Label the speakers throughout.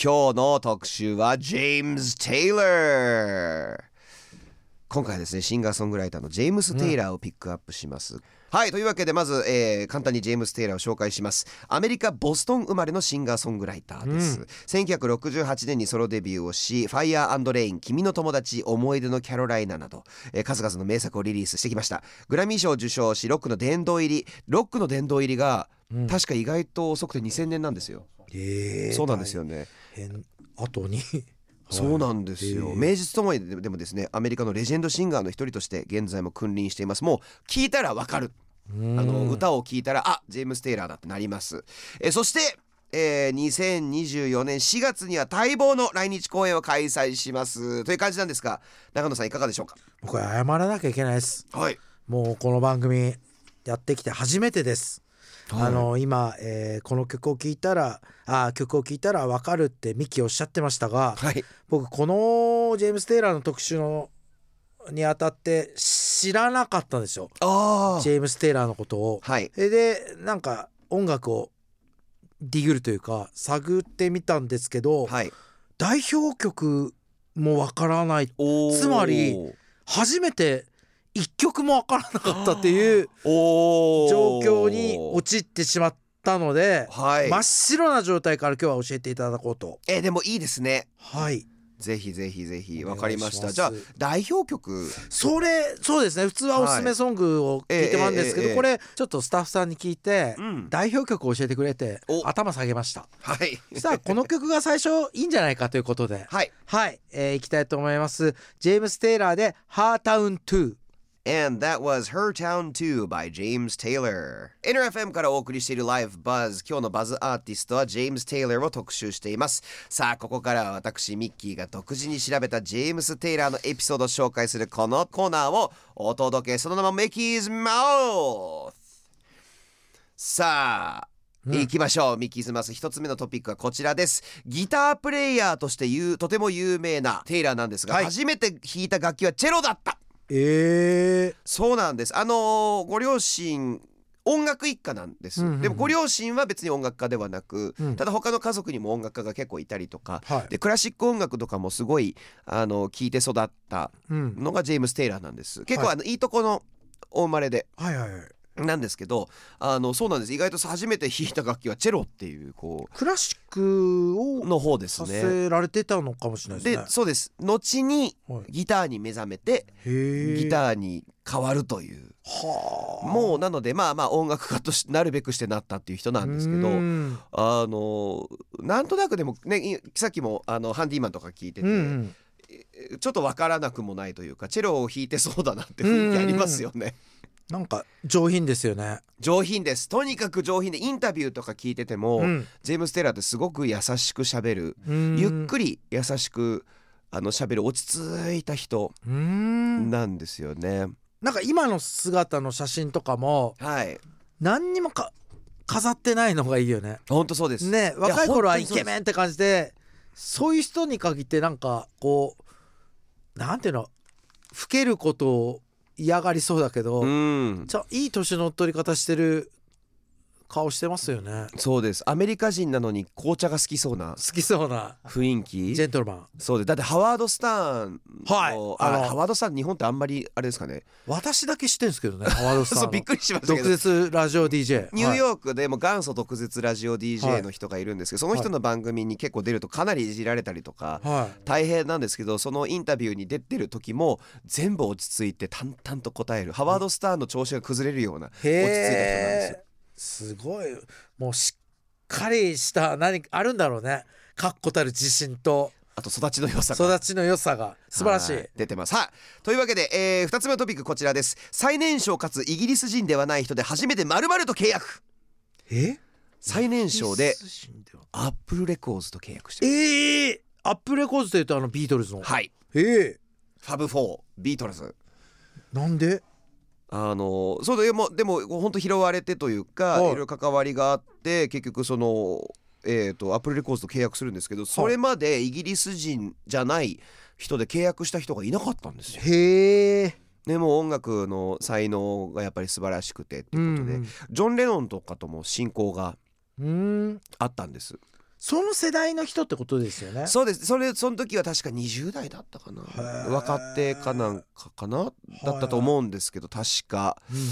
Speaker 1: 今日の特集はジェームズ・テイラー今回はですねシンガーソングライターのジェームス・テイラーをピックアップします、はいというわけでまず、えー簡単にジェームス・テイラーを紹介しますアメリカ・ボストン生まれのシンガーソングライターです、1968年にソロデビューをし「ファイヤーレイン君の友達思い出のキャロライナ」など、えー数々の名作をリリースしてきましたグラミー賞を受賞しロックの殿堂入りロックの殿堂入りが、確か意外と遅くて2000年なんですよ
Speaker 2: ええ
Speaker 1: そうなんですよね
Speaker 2: あとに
Speaker 1: そうなんですよ、名実ともにででもですねアメリカのレジェンドシンガーの一人として現在も君臨していますもう聞いたらわかるあの歌を聞いたらあジェームス・テイラーだってなりますえそしてえー2024年4月には待望の来日公演を開催しますという感じなんですが中野さんいかがでしょうか
Speaker 2: 僕は謝らなきゃいけないです
Speaker 1: はい
Speaker 2: もうこの番組やってきて初めてです。あの今、えーこの曲を聴いたらあー曲を聴いたら分かるってミキおっしゃってましたが、
Speaker 1: はい
Speaker 2: 僕このジェームス・テイラーの特集のにあたって知らなかったんですよ
Speaker 1: あ
Speaker 2: ジェームス・テイラーのことを。
Speaker 1: はい
Speaker 2: それでなんか音楽をディグルというか探ってみたんですけど、
Speaker 1: はい
Speaker 2: 代表曲も分からない
Speaker 1: おー
Speaker 2: つまり初めて一曲も分からなかったっていう。
Speaker 1: おー
Speaker 2: 状況に陥ってしまったので、
Speaker 1: はい、
Speaker 2: 真っ白な状態から今日は教えていただこうと
Speaker 1: えでもいいですね
Speaker 2: はい
Speaker 1: ぜひぜひぜひ
Speaker 2: お願
Speaker 1: わ
Speaker 2: い
Speaker 1: かりまし
Speaker 2: しま
Speaker 1: た
Speaker 2: す
Speaker 1: じゃあ代表曲
Speaker 2: それそうですね普通はおすすめソングを聞いてもらうんですけど、
Speaker 1: ええええええ
Speaker 2: これちょっとスタッフさんに聞いて、
Speaker 1: うん
Speaker 2: 代表曲を教えてくれて
Speaker 1: お
Speaker 2: 頭下げ ました
Speaker 1: はい
Speaker 2: そしたらこの曲が最初いいんじゃないかということで
Speaker 1: はい
Speaker 2: はい、えー、いきたいと思いますジェームス・テイラーで「ハータウン2」
Speaker 1: And that was Her Town Too by James Taylor. NRFM からお送りしている Live Buzz。今日のバズアーティストは James Taylor を特集しています。さあ、ここからは私、ミッキーが独自に調べたジェームス・テイラーのエピソードを紹介するこのコーナーをお届け、その名も Mickey's Mouth! さあ、行きましょう。ミッキーズマス一つ目のトピックはこちらです。ギタープレイヤーとして有とても有名なテイラーなんですが、
Speaker 2: はい
Speaker 1: 初めて弾いた楽器はチェロだった
Speaker 2: え
Speaker 1: そうなんです。あのーご両親音楽一家なんです、
Speaker 2: うんうんうん
Speaker 1: でもご両親は別に音楽家ではなく、
Speaker 2: うん
Speaker 1: ただ他の家族にも音楽家が結構いたりとか、
Speaker 2: はい
Speaker 1: でクラシック音楽とかもすごいあの聞いて育った
Speaker 2: うん
Speaker 1: のがジェームス・テイラーなんです結構
Speaker 2: はい
Speaker 1: あの、い、いとこのお生まれで
Speaker 2: はいはいはい
Speaker 1: なんですけどあのそうなんです意外と初めて弾いた楽器はチェロっていうこ
Speaker 2: クラシック
Speaker 1: う
Speaker 2: を
Speaker 1: の方です
Speaker 2: さ
Speaker 1: ね。
Speaker 2: せられてたのかもしれないです
Speaker 1: で
Speaker 2: ね
Speaker 1: そうです後に
Speaker 2: はい
Speaker 1: ギターに目覚めて
Speaker 2: へ
Speaker 1: ギ
Speaker 2: ー
Speaker 1: ターに変わるという
Speaker 2: はあ
Speaker 1: もうなのでまあまあ音楽家としなるべくしてなったっていう人なんですけど
Speaker 2: うん
Speaker 1: あのなんとなくでもねいさっきもあのハンディマンとか聞いてて、
Speaker 2: うん
Speaker 1: ちょっとわからなくもないというかチェロを弾いてそうだなって雰囲気ありますよね。
Speaker 2: なんか上品ですよね。
Speaker 1: 上品ですとにかく上品でインタビューとか聞いてても、
Speaker 2: うん
Speaker 1: ジェームス・テイラーってすごく優しく喋る、ゆっ
Speaker 2: ゆ
Speaker 1: くり優しくあの喋る落ち着いた人
Speaker 2: っん
Speaker 1: なんですよね。
Speaker 2: なんか今の姿の写真とかも
Speaker 1: はい
Speaker 2: 何にもか飾ってないのがいいよね。
Speaker 1: 本当そうです、
Speaker 2: ね若い頃は
Speaker 1: 本当にそ
Speaker 2: イ
Speaker 1: うです
Speaker 2: ケメンって感じでそういう人に限ってなんかこうなんていうの老けることを嫌がりそうだけど、
Speaker 1: うん
Speaker 2: じゃいい年の取り方してる顔してますよね。
Speaker 1: そうですアメリカ人なのに紅茶が好きそうな
Speaker 2: 好きそうな
Speaker 1: 雰囲気
Speaker 2: ジェントルマン。
Speaker 1: そうですだってハワード・スターンの、
Speaker 2: はい
Speaker 1: あ
Speaker 2: あの
Speaker 1: ハワード・スターン日本ってあんまりあれですかね
Speaker 2: 私だけ知ってるんですけどね ハワードさんの。
Speaker 1: そうびっくりしましたけ
Speaker 2: 独
Speaker 1: ど
Speaker 2: 舌ラジオ DJ
Speaker 1: ニュー
Speaker 2: ー
Speaker 1: ヨークでも元祖毒舌ラジオ DJ の人がいるんですけど、その人の番組に結構出るとかなりいじられたりとか、
Speaker 2: クは
Speaker 1: 大変なんですけどそのインタビューに出てる時も全部落ち着いて淡々と答えるハワード・スターンの調子が崩れるような落
Speaker 2: い
Speaker 1: ち着いた人なんですよ
Speaker 2: へえすごいもうしっかりした何かあるんだろうね確固たる自信と
Speaker 1: あと育ちの良さが
Speaker 2: 育ちの良さが素晴らしい
Speaker 1: は出てますさあというわけで、え2つ目のトピックこちらです最年少かつイギリス人ではない人で初めてまると契約
Speaker 2: え
Speaker 1: 最年少で
Speaker 2: キス神は
Speaker 1: アップルレコーズと契約してる
Speaker 2: ええアップルレコーズというとあのビートルズの
Speaker 1: はい
Speaker 2: ええ
Speaker 1: ファブ4ビートルズ
Speaker 2: なんで
Speaker 1: あのそうだでもでも本当拾われてというか、、
Speaker 2: はいい
Speaker 1: ろいろ関わりがあって結局そのえー、とアップルレコーズと契約するんですけどそれまでイギリス人じゃない人で契約した人がいなかったんですよ。
Speaker 2: へえ
Speaker 1: でも音楽の才能がやっぱり素晴らしくてっていうことで、
Speaker 2: うんうん
Speaker 1: ジョン・レノンとかとも親交が
Speaker 2: うん
Speaker 1: あったんです。
Speaker 2: その世代の人ってことですよね
Speaker 1: そうですそれその時は確か20代だったかな
Speaker 2: ー
Speaker 1: 若手かなんかかなだったと思うんですけど確か
Speaker 2: うんうん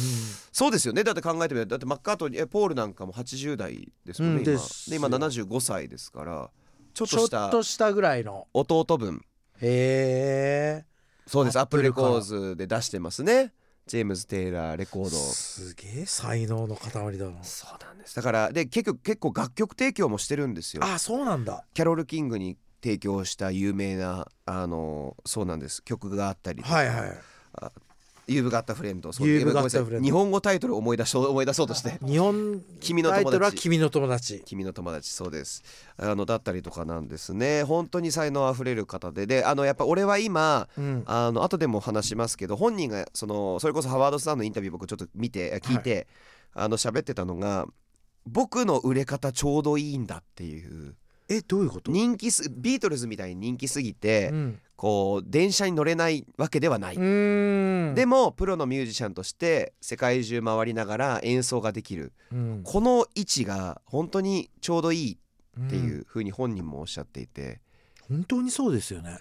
Speaker 1: そうですよねだって考えてみればだってマッカートニーえポールなんかも80代ですもんね、
Speaker 2: うん
Speaker 1: 今
Speaker 2: です
Speaker 1: で今75歳ですからちょっ
Speaker 2: ち
Speaker 1: と
Speaker 2: ょ
Speaker 1: し
Speaker 2: ったとしたぐらいの
Speaker 1: 弟分
Speaker 2: へ
Speaker 1: そうですア
Speaker 2: ア
Speaker 1: ッ
Speaker 2: ッ
Speaker 1: プル
Speaker 2: プル
Speaker 1: レコーズで出してますねジェームズ・テイラーレコ
Speaker 2: え
Speaker 1: ード
Speaker 2: すげえ才能の塊だな
Speaker 1: そうなんですだからで結局結構楽曲提供もしてるんですよ
Speaker 2: あそうなんだ
Speaker 1: キャロル・キングに提供した有名なあのそうなんです曲があったりとか
Speaker 2: はいはい
Speaker 1: 「You've Got a Friend そう」
Speaker 2: You've
Speaker 1: ごめんなさい
Speaker 2: Got a Friend
Speaker 1: 日本語タイトル思い出そう 思い出そうとして
Speaker 2: 日本
Speaker 1: 君の友
Speaker 2: タ
Speaker 1: 達
Speaker 2: イトルは君の友達
Speaker 1: 君の友達そうですあのだったりとかなんですね本当に才能あふれる方でであのやっぱ俺は今
Speaker 2: うん
Speaker 1: あの後でも話しますけど本人がそのそれこそハワードさんのインタビュー僕ちょっと見て聞いて、あの喋ってたのが僕の売れ方ちょうどいいんだっていう
Speaker 2: えどういうこと
Speaker 1: 人気すビートルズみたいに人気すぎて、
Speaker 2: うん
Speaker 1: こう電車に乗れないわけではない、
Speaker 2: うーん
Speaker 1: でもプロのミュージシャンとして世界中回りながら演奏ができる
Speaker 2: うん
Speaker 1: この位置が本当にちょうどいいって
Speaker 2: う
Speaker 1: い
Speaker 2: ん
Speaker 1: うふうに本人もおっしゃっていて、
Speaker 2: 本当にそうですよね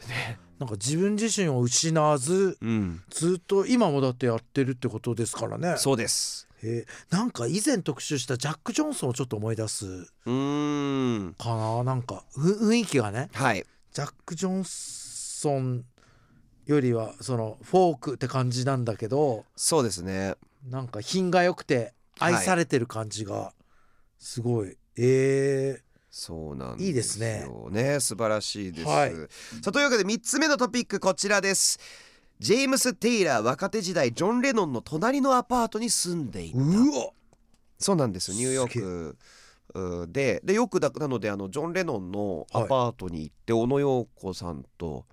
Speaker 2: なんか自分自身を失わず
Speaker 1: うん、
Speaker 2: ずっと今もだってやってるってことですからね
Speaker 1: そうです
Speaker 2: えなんか以前特集したジャック・ジョンソンをちょっと思い出す
Speaker 1: うーん
Speaker 2: かななんかふ雰囲気がね
Speaker 1: はい
Speaker 2: ジャック・ジョンソンよりはそのフォークって感じなんだけど
Speaker 1: そうですね
Speaker 2: なんか品が良くて愛されてる感じがすごい、え
Speaker 1: そうなん
Speaker 2: いいですね
Speaker 1: よね素晴らしいです、
Speaker 2: はい
Speaker 1: さあというわけで3つ目のトピックこちらですジェームス・テイラー若手時代ジョン・レノンの隣のアパートに住んでいた
Speaker 2: ー、うわ
Speaker 1: そうなんですニューヨー
Speaker 2: すげ
Speaker 1: クうんででよくだなのであのジョン・レノンのアパートに行って、小野洋子さんと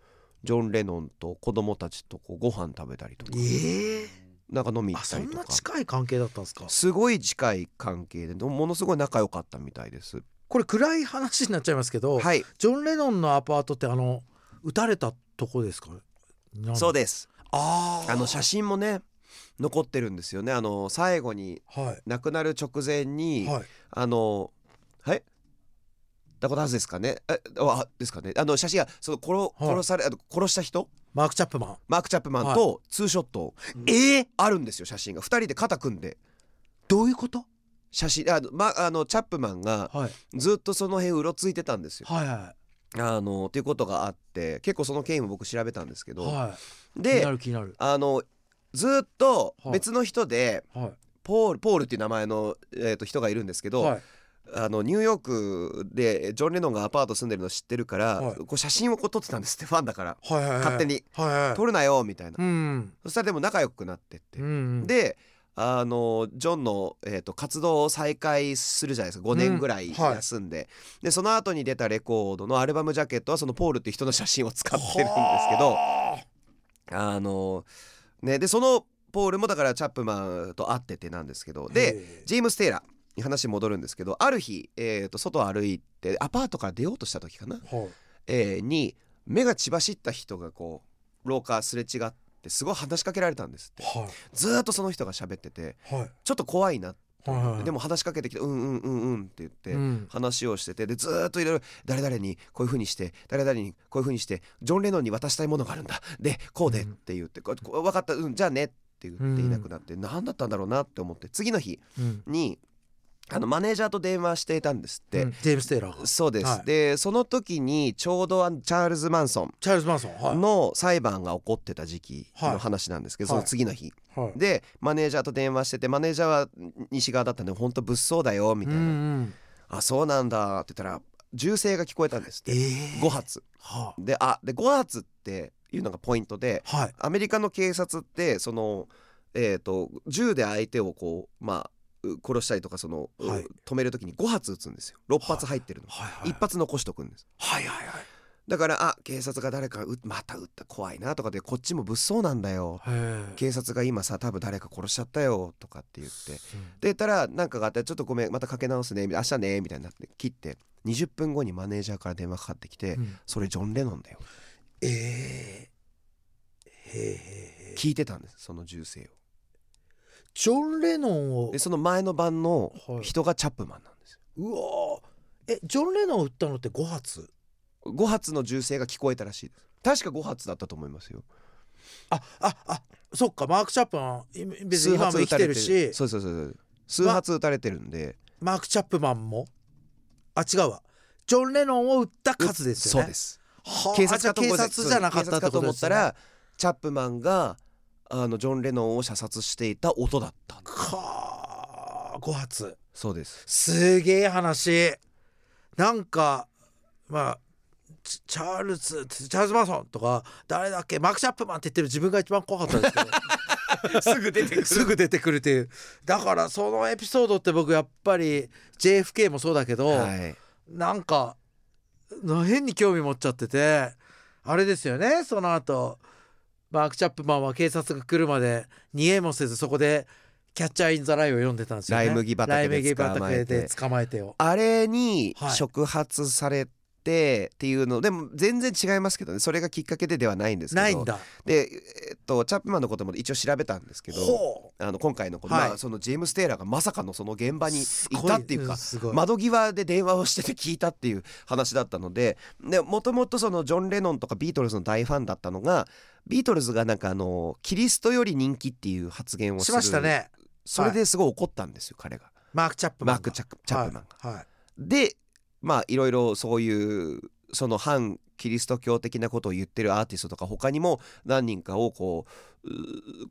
Speaker 1: ジョン・レノンと子供たちとこうご飯食べたりとか
Speaker 2: えー、
Speaker 1: なんか飲み行
Speaker 2: あ
Speaker 1: った
Speaker 2: そ
Speaker 1: り
Speaker 2: ん
Speaker 1: と
Speaker 2: な
Speaker 1: か
Speaker 2: 近い関係だったんですか
Speaker 1: すごい近い関係ででもものすごい仲良かったみたいです
Speaker 2: これ暗い話になっちゃいますけど、
Speaker 1: はい
Speaker 2: ジョン・レノンのアパートってあの撃たれたとこですかなん
Speaker 1: そうです
Speaker 2: あー
Speaker 1: あの写真もね残ってるんですよねあの最後に
Speaker 2: は
Speaker 1: 亡くなる直前
Speaker 2: い
Speaker 1: に、
Speaker 2: はい
Speaker 1: あのはいダコタハズですかねえあですかねあの写真がその殺,、
Speaker 2: い
Speaker 1: 殺されあの殺した人
Speaker 2: マーク・チャップマン
Speaker 1: マーク・チャップマンとツーショット
Speaker 2: えー、
Speaker 1: あるんですよ写真が2人で肩組んで
Speaker 2: どういうこと
Speaker 1: 写真あの,、ま、あのチャップマンが
Speaker 2: はい
Speaker 1: ずっとその辺うろついてたんですよ。
Speaker 2: はいは
Speaker 1: あのっていうことがあって結構その経緯も僕調べたんですけ
Speaker 2: い
Speaker 1: ど、
Speaker 2: はい気に
Speaker 1: で
Speaker 2: なる気になる
Speaker 1: あのずっと
Speaker 2: はい
Speaker 1: 別の人で、
Speaker 2: は
Speaker 1: ポールポールっていう名前の、えー、と人がいるんですけ
Speaker 2: い
Speaker 1: ど、
Speaker 2: はい
Speaker 1: あのニューヨークでジョン・レノンがアパート住んでるの知ってるから、
Speaker 2: はい
Speaker 1: こう写真をこう撮ってたんですってファンだから
Speaker 2: はいはい
Speaker 1: 勝手に
Speaker 2: はい
Speaker 1: 「
Speaker 2: は
Speaker 1: 撮るなよ」みたいない
Speaker 2: うん
Speaker 1: そしたらでも仲良くなってって
Speaker 2: う、ん
Speaker 1: であのジョンの、えー、と活動を再開するじゃないですか5年ぐらい
Speaker 2: うんはい
Speaker 1: 休んで,、でその後に出たレコードのアルバムジャケットはそのポールっていう人の写真を使ってるんですけど
Speaker 2: は
Speaker 1: あの、ね、でそのポールもだからチャップマンと会っててなんですけど
Speaker 2: あ
Speaker 1: で
Speaker 2: へ
Speaker 1: ジェームス・テイラーに話戻るんですけどある日、えー、と外を歩いてアパートから出ようとした時かな、
Speaker 2: ーはい
Speaker 1: えーに目が血走った人がこう廊下すれ違ってすごい話しかけられたんですって
Speaker 2: は
Speaker 1: ずーっとその人が喋ってて
Speaker 2: いはい
Speaker 1: ちょっと怖いな
Speaker 2: はいはい
Speaker 1: でも話しかけてきて「うんうんうんうん」って言って。
Speaker 2: うん
Speaker 1: 話をしててでずーっといろいろ誰々にこういう風にして誰々にこういう風にしてジョン・レノンに渡したいものがあるんだでこうでっ
Speaker 2: うん
Speaker 1: て言って「ここ分かった、うん、じゃあね」って言っていなくなって何だったんだろうなって思って次の日
Speaker 2: うん
Speaker 1: にあのマネージャーと電話していたんですっ
Speaker 2: う
Speaker 1: て
Speaker 2: ん、ジェームス・テイラーが
Speaker 1: そうです、
Speaker 2: はい
Speaker 1: でその時にちょうどあのチャールズ・マンソン
Speaker 2: チャールズ・マンソンは
Speaker 1: の裁判が起こってた時期の話なんですけど、
Speaker 2: はい
Speaker 1: その次の日、
Speaker 2: いはい
Speaker 1: でマネージャーと電話しててマネージャーは西側だったんで本当物騒だよみ
Speaker 2: う
Speaker 1: た
Speaker 2: ん
Speaker 1: いな、
Speaker 2: うん
Speaker 1: あそうなんだって言ったら銃声が聞こえたんですっ
Speaker 2: え
Speaker 1: て
Speaker 2: ー
Speaker 1: 5発
Speaker 2: は
Speaker 1: であで5発っていうのがポイントで
Speaker 2: あはい
Speaker 1: アメリカの警察ってその、えー、と銃で相手をこうまあう殺したりとかその、う
Speaker 2: はい
Speaker 1: 止める時に5発撃つんですよ6発入ってるの、
Speaker 2: はいはい
Speaker 1: 一1発残しとくんです
Speaker 2: はいはいはい
Speaker 1: だからあ警察が誰か撃っまた撃った怖いなとかでこっちも物騒なんだよ
Speaker 2: へ
Speaker 1: 警察が今さ多分誰か殺しちゃったよとかって言って
Speaker 2: ー
Speaker 1: で言ったらなんかがあって「ちょっとごめんまたかけ直すね」みたいな「明日ね」みたいになって切って20分後にマネージャーから電話かかってきて
Speaker 2: うん
Speaker 1: 「それジョン・レノンだよ
Speaker 2: えーへーへーへ」ー
Speaker 1: 聞いてたんですその銃声
Speaker 2: ジョン・レノンを
Speaker 1: をでその前の晩の
Speaker 2: はい
Speaker 1: 人がチャップマンなんですよ
Speaker 2: うわーえジョン・レノンを撃ったのって5発
Speaker 1: 5発の銃声が聞こえたらしいです確か5発だったと思いますよ
Speaker 2: あああそっかマーク・チャップマンい別に今も生きてるし
Speaker 1: そうそうそうそう数発撃たれてるんで、
Speaker 2: マーク・チャップマンもあ違うわジョン・レノンを撃った数ですよ
Speaker 1: そう
Speaker 2: ね
Speaker 1: です
Speaker 2: はあ
Speaker 1: 警察かと
Speaker 2: あじ
Speaker 1: 思
Speaker 2: ゃ
Speaker 1: っ
Speaker 2: あ警察じゃなかったって
Speaker 1: 警察かと
Speaker 2: こ
Speaker 1: 思
Speaker 2: とで
Speaker 1: っ
Speaker 2: す、
Speaker 1: た
Speaker 2: ね、
Speaker 1: らチャップマンがあのジョン・レノンを射殺していた音だったんだ
Speaker 2: かあ5発
Speaker 1: そうです
Speaker 2: すげえ話なんかまあチチャールズチャールズ・マンソンとか誰だっけマーク・チャップマンって言ってる自分が一番怖かったですけ ど
Speaker 1: すぐ出てく
Speaker 2: すぐ出てくるっていうだからそのエピソードって僕やっぱり JFK もそうだけど、
Speaker 1: はい
Speaker 2: なんかな変に興味持っちゃっててあれですよねその後マーク・チャップマンは警察が来るまで逃げもせずそこで「キャッチャー・イン・ザ・ライ」を読んでたんですよね。
Speaker 1: ライ麦畑で捕まえて
Speaker 2: ライ麦畑で捕まえてよ。
Speaker 1: あれに
Speaker 2: はい
Speaker 1: 触発されてっていうのでも全然違いますけどねそれがきっかけでではないんですけど
Speaker 2: ないんだ。
Speaker 1: で、えっと、チャップマンのことも一応調べたんですけど
Speaker 2: ほ
Speaker 1: あの今回のこと、
Speaker 2: はい
Speaker 1: まあ、そのジェームス・テイラーがまさかのその現場に
Speaker 2: す
Speaker 1: 行っ
Speaker 2: ご
Speaker 1: たっていうか
Speaker 2: んすごい
Speaker 1: 窓際で電話をしてて聞いたっていう話だったのでもともとそのジョン・レノンとかビートルズの大ファンだったのがビートルズがなんかあのキリストより人気っていう発言をす
Speaker 2: し
Speaker 1: る
Speaker 2: ましたね。
Speaker 1: それですごい怒ったんですよ彼が
Speaker 2: マーク・チャップマ
Speaker 1: マ
Speaker 2: ン
Speaker 1: ー
Speaker 2: が。
Speaker 1: ク・チャップチャップマンが。
Speaker 2: はいはい
Speaker 1: でまあいろいろそういうその反キリスト教的なことを言ってるアーティストとか他にも何人かをこううー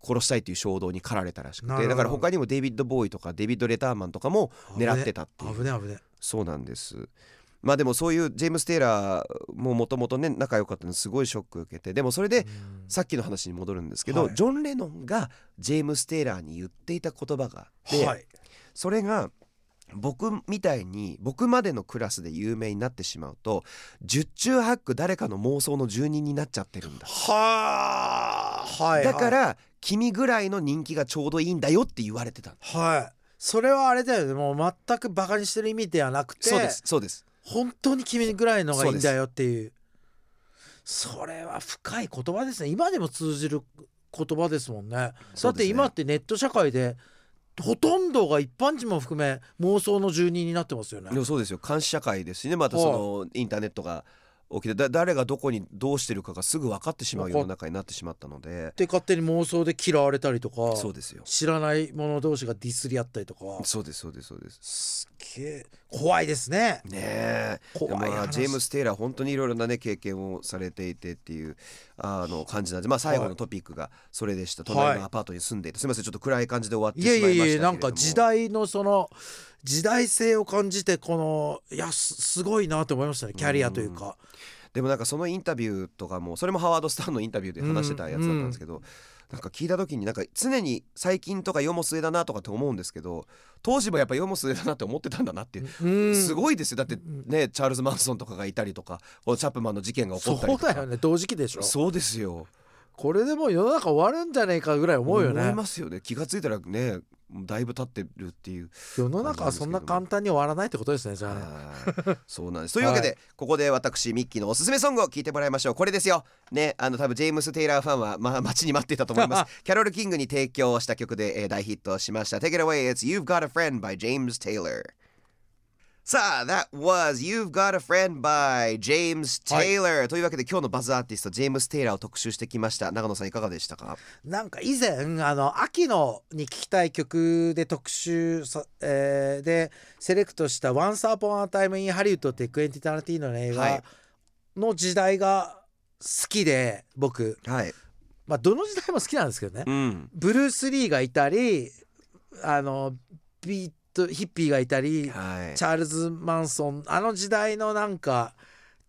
Speaker 1: 殺したいという衝動に駆られたらしく
Speaker 2: なる
Speaker 1: て
Speaker 2: ほど
Speaker 1: だから他にもデイビッド・ボーイとかデイビッド・レターマンとかも狙ってたっていう
Speaker 2: 危ね危ね。
Speaker 1: そうなんですまあでもそういうジェームス・テイラーももともとね仲良かったのですごいショック受けてでもそれで
Speaker 2: うん
Speaker 1: さっきの話に戻るんですけど、
Speaker 2: はい
Speaker 1: ジョン・レノンがジェームス・テイラーに言っていた言葉があって、
Speaker 2: はい。
Speaker 1: それが僕みたいに僕までのクラスで有名になってしまうと十中八九誰かの妄想の住人になっちゃってるんだ、
Speaker 2: はあはい。
Speaker 1: だから君ぐらいの人気がちょうどいいんだよって言われてた
Speaker 2: はい。それはあれだよね。もう全くバカにしてる意味ではなくて。
Speaker 1: そうですそうです
Speaker 2: 本当に君ぐらいのがいいんだよっていうそれは深い言葉ですね今でも通じる言葉ですもんねだ
Speaker 1: そう
Speaker 2: っ
Speaker 1: で
Speaker 2: て
Speaker 1: すね
Speaker 2: 今ってネット社会でほとんどが一般人も含め妄想の住人になってますよね
Speaker 1: でもそうですよ監視社会ですしねまたそのインターネットが起きてだ誰がどこにどうしてるかがすぐ分かってしまう世の中になってしまったので
Speaker 2: で勝手に妄想で嫌われたりとか
Speaker 1: そうですよ
Speaker 2: 知らない者同士がディスり合ったりとか
Speaker 1: そうですそうですそうです
Speaker 2: すっげえ怖いですね
Speaker 1: ねえ
Speaker 2: 怖い話
Speaker 1: まあ、ジェームス・テイラー本当にいろいろなね経験をされていてっていうあの感じなんで、まあ、最後のトピックがそれでした、
Speaker 2: はい
Speaker 1: 隣のアパートに住んでいてすみませんちょっと暗い感じで終わって
Speaker 2: い
Speaker 1: しま
Speaker 2: や
Speaker 1: いました
Speaker 2: いや
Speaker 1: けれども
Speaker 2: いやなんか時代のその時代性を感じてこのいやすすごいなと思いましたねキャリアというか
Speaker 1: でもなんかそのインタビューとかもそれもハワード・スターのインタビューで話してたやつだったんですけど、なんか聞いた時になんか常に最近とか世も末だなとかって思うんですけど当時もやっぱ世も末だなって思ってたんだなっていう、
Speaker 2: うん
Speaker 1: すごいですよだってねチャールズ・マンソンとかがいたりとかこのチャップマンの事件が起こ
Speaker 2: そ
Speaker 1: ったり
Speaker 2: う
Speaker 1: とか
Speaker 2: だよね同時期でしょ
Speaker 1: そうですよ
Speaker 2: これでもう世の中終わるんじゃねえかぐらい思うよ
Speaker 1: 思い
Speaker 2: ね
Speaker 1: ますよね気がついたらねだいぶ経ってるっていう
Speaker 2: 世の中はそんな簡単に終わらないってことですねじゃあね
Speaker 1: はいそうなんですというわけで、
Speaker 2: は
Speaker 1: ここで私ミッキーのおすすめソングを聞いてもらいましょうこれですよねあの多分ジェームス・テイラーファンは、ま あ、待ちに待っていたと思います キャロル・キングに提供した曲で、えー大ヒットしました Take it away it's You've Got a Friend by James Taylor さあ、that was You've Got a Friend by James Taylor、というわけで今日のバズアーティストジェームス・テイラーを特集してきました長野さんいかがでしたか
Speaker 2: なんか以前あの秋のに聴きたい曲で特集さ、えーでセレクトした「Once Upon a Time in Hollywood」っていうクエンティ・タラティーノの映
Speaker 1: はい
Speaker 2: 画の時代が好きで僕
Speaker 1: はい、
Speaker 2: まあどの時代も好きなんですけどね
Speaker 1: うん、
Speaker 2: ブルース・リーがいたりあのビートヒッピーがいたり、
Speaker 1: はい
Speaker 2: チャールズ・マンソンあの時代のなんか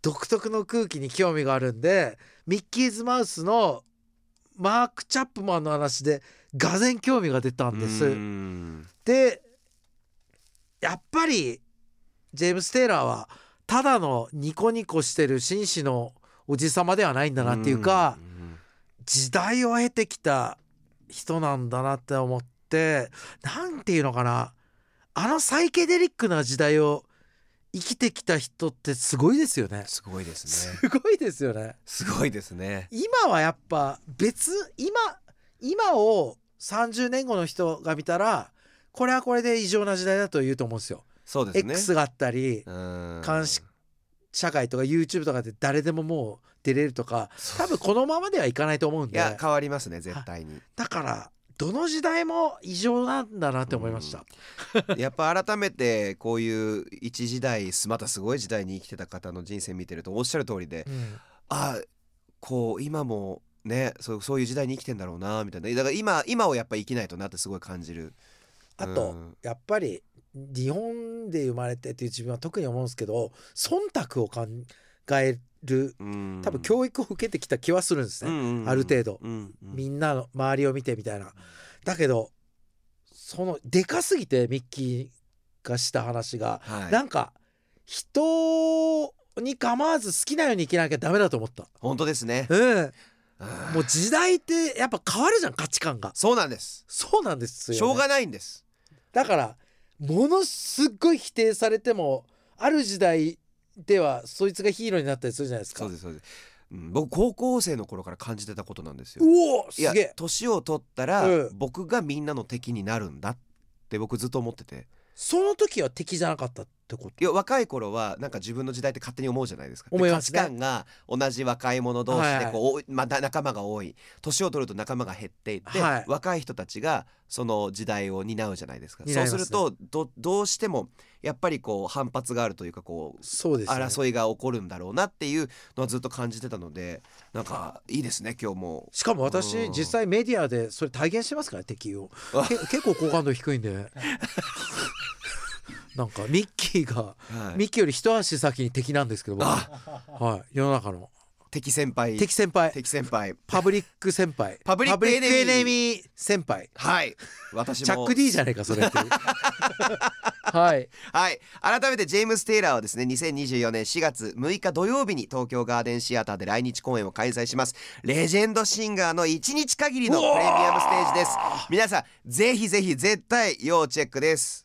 Speaker 2: 独特の空気に興味があるんでミッキーズ・マウスのマーク・チャップマンの話でがぜん興味が出たんで
Speaker 1: うー
Speaker 2: す。
Speaker 1: ん
Speaker 2: でやっぱりジェームス・テイラーはただのニコニコしてる紳士のおじさまではないんだなっていうか
Speaker 1: うん
Speaker 2: 時代を経てきた人なんだなって思ってなんていうのかなあのサイケデリックな時代を生きてきた人ってすごいですよね。
Speaker 1: すごいです
Speaker 2: す
Speaker 1: ね
Speaker 2: ごいですよね。
Speaker 1: すごいですね
Speaker 2: 今はやっぱ別今今を30年後の人が見たらこれはこれで異常な時代だと言うと思うんですよ。
Speaker 1: そうですね
Speaker 2: X があったり
Speaker 1: うん
Speaker 2: 監視社会とか YouTube とかで誰でももう出れるとか
Speaker 1: そ
Speaker 2: 多
Speaker 1: う
Speaker 2: 分このままではいかないと思うん
Speaker 1: い
Speaker 2: で
Speaker 1: や変わりますね絶対に
Speaker 2: だからどの時代も異常なんだなって思いました。
Speaker 1: やっぱ改めてこういう一時代すまたすごい時代に生きてた方の人生見てるとおっしゃる通りで
Speaker 2: うん
Speaker 1: あこう今もねそうそういう時代に生きてんだろうなみたいなだから今今をやっぱ生きないとなってすごい感じる
Speaker 2: あ
Speaker 1: う
Speaker 2: と
Speaker 1: ん
Speaker 2: やっぱり日本で生まれてっていう自分は特に思うんですけど忖度を考える
Speaker 1: うん
Speaker 2: 多分教育を受けてきた気はするんですね、
Speaker 1: ね
Speaker 2: ある程度
Speaker 1: うんうん
Speaker 2: みんなの周りを見てみたいな。だけどそのでかすぎてミッキーがした話が、
Speaker 1: はい
Speaker 2: なんか人に構わず好きなように生きなきゃダメだと思った。
Speaker 1: 本当ですね
Speaker 2: うん、
Speaker 1: あー
Speaker 2: もう時代ってやっぱ変わるじゃん価値観が。
Speaker 1: そうなんです
Speaker 2: そうなんですよ、ね。
Speaker 1: しょうがないんです
Speaker 2: だからものすっごい否定されてもある時代ではそいつがヒーローになったりするじゃないですか。
Speaker 1: そうですそうですうん僕高校生の頃から感じてたことなんですよ
Speaker 2: うおー
Speaker 1: いや
Speaker 2: すげえ
Speaker 1: 年を取ったら、
Speaker 2: うん
Speaker 1: 僕がみんなの敵になるんだって僕ずっと思ってて
Speaker 2: その時は敵じゃなかったってこと
Speaker 1: いや若い頃はなんか自分の時代って勝手に思うじゃないですかで
Speaker 2: 思いますね
Speaker 1: 価値観が同じ若い者同士
Speaker 2: はい
Speaker 1: で
Speaker 2: はい
Speaker 1: こう、おいまた仲間が多い年を取ると仲間が減っていって、
Speaker 2: はい
Speaker 1: 若い人たちがその時代を担うじゃないですか
Speaker 2: 担い
Speaker 1: そ
Speaker 2: ま
Speaker 1: う
Speaker 2: す
Speaker 1: す
Speaker 2: ね
Speaker 1: るとどどうしてもやっぱりこう反発があるというかこう
Speaker 2: そうです、ね、
Speaker 1: 争いが起こるんだろうなっていうのはずっと感じてたのでなんかいいですね今日も
Speaker 2: しかも私
Speaker 1: うん
Speaker 2: 実際メディアでそれ体現してますから敵を
Speaker 1: あ
Speaker 2: け結構好感度低い んでなんかミッキーが
Speaker 1: はい
Speaker 2: ミッキーより一足先に敵なんですけど僕
Speaker 1: あ
Speaker 2: はい世の中の
Speaker 1: 敵先輩
Speaker 2: 敵先輩
Speaker 1: 敵先輩
Speaker 2: パブリック先輩
Speaker 1: パブリック
Speaker 2: エネミ
Speaker 1: エネミ
Speaker 2: ー先輩
Speaker 1: はい私も
Speaker 2: チャック D じゃねえかそれっ ていうはい
Speaker 1: はい改めてジェームス・テイラーはですね2024年4月6日土曜日に東京ガーデンシアターで来日公演を開催しますレジェンドシンガーの1日限りのプレミアムステージです皆さんぜひぜひ絶対要チェックです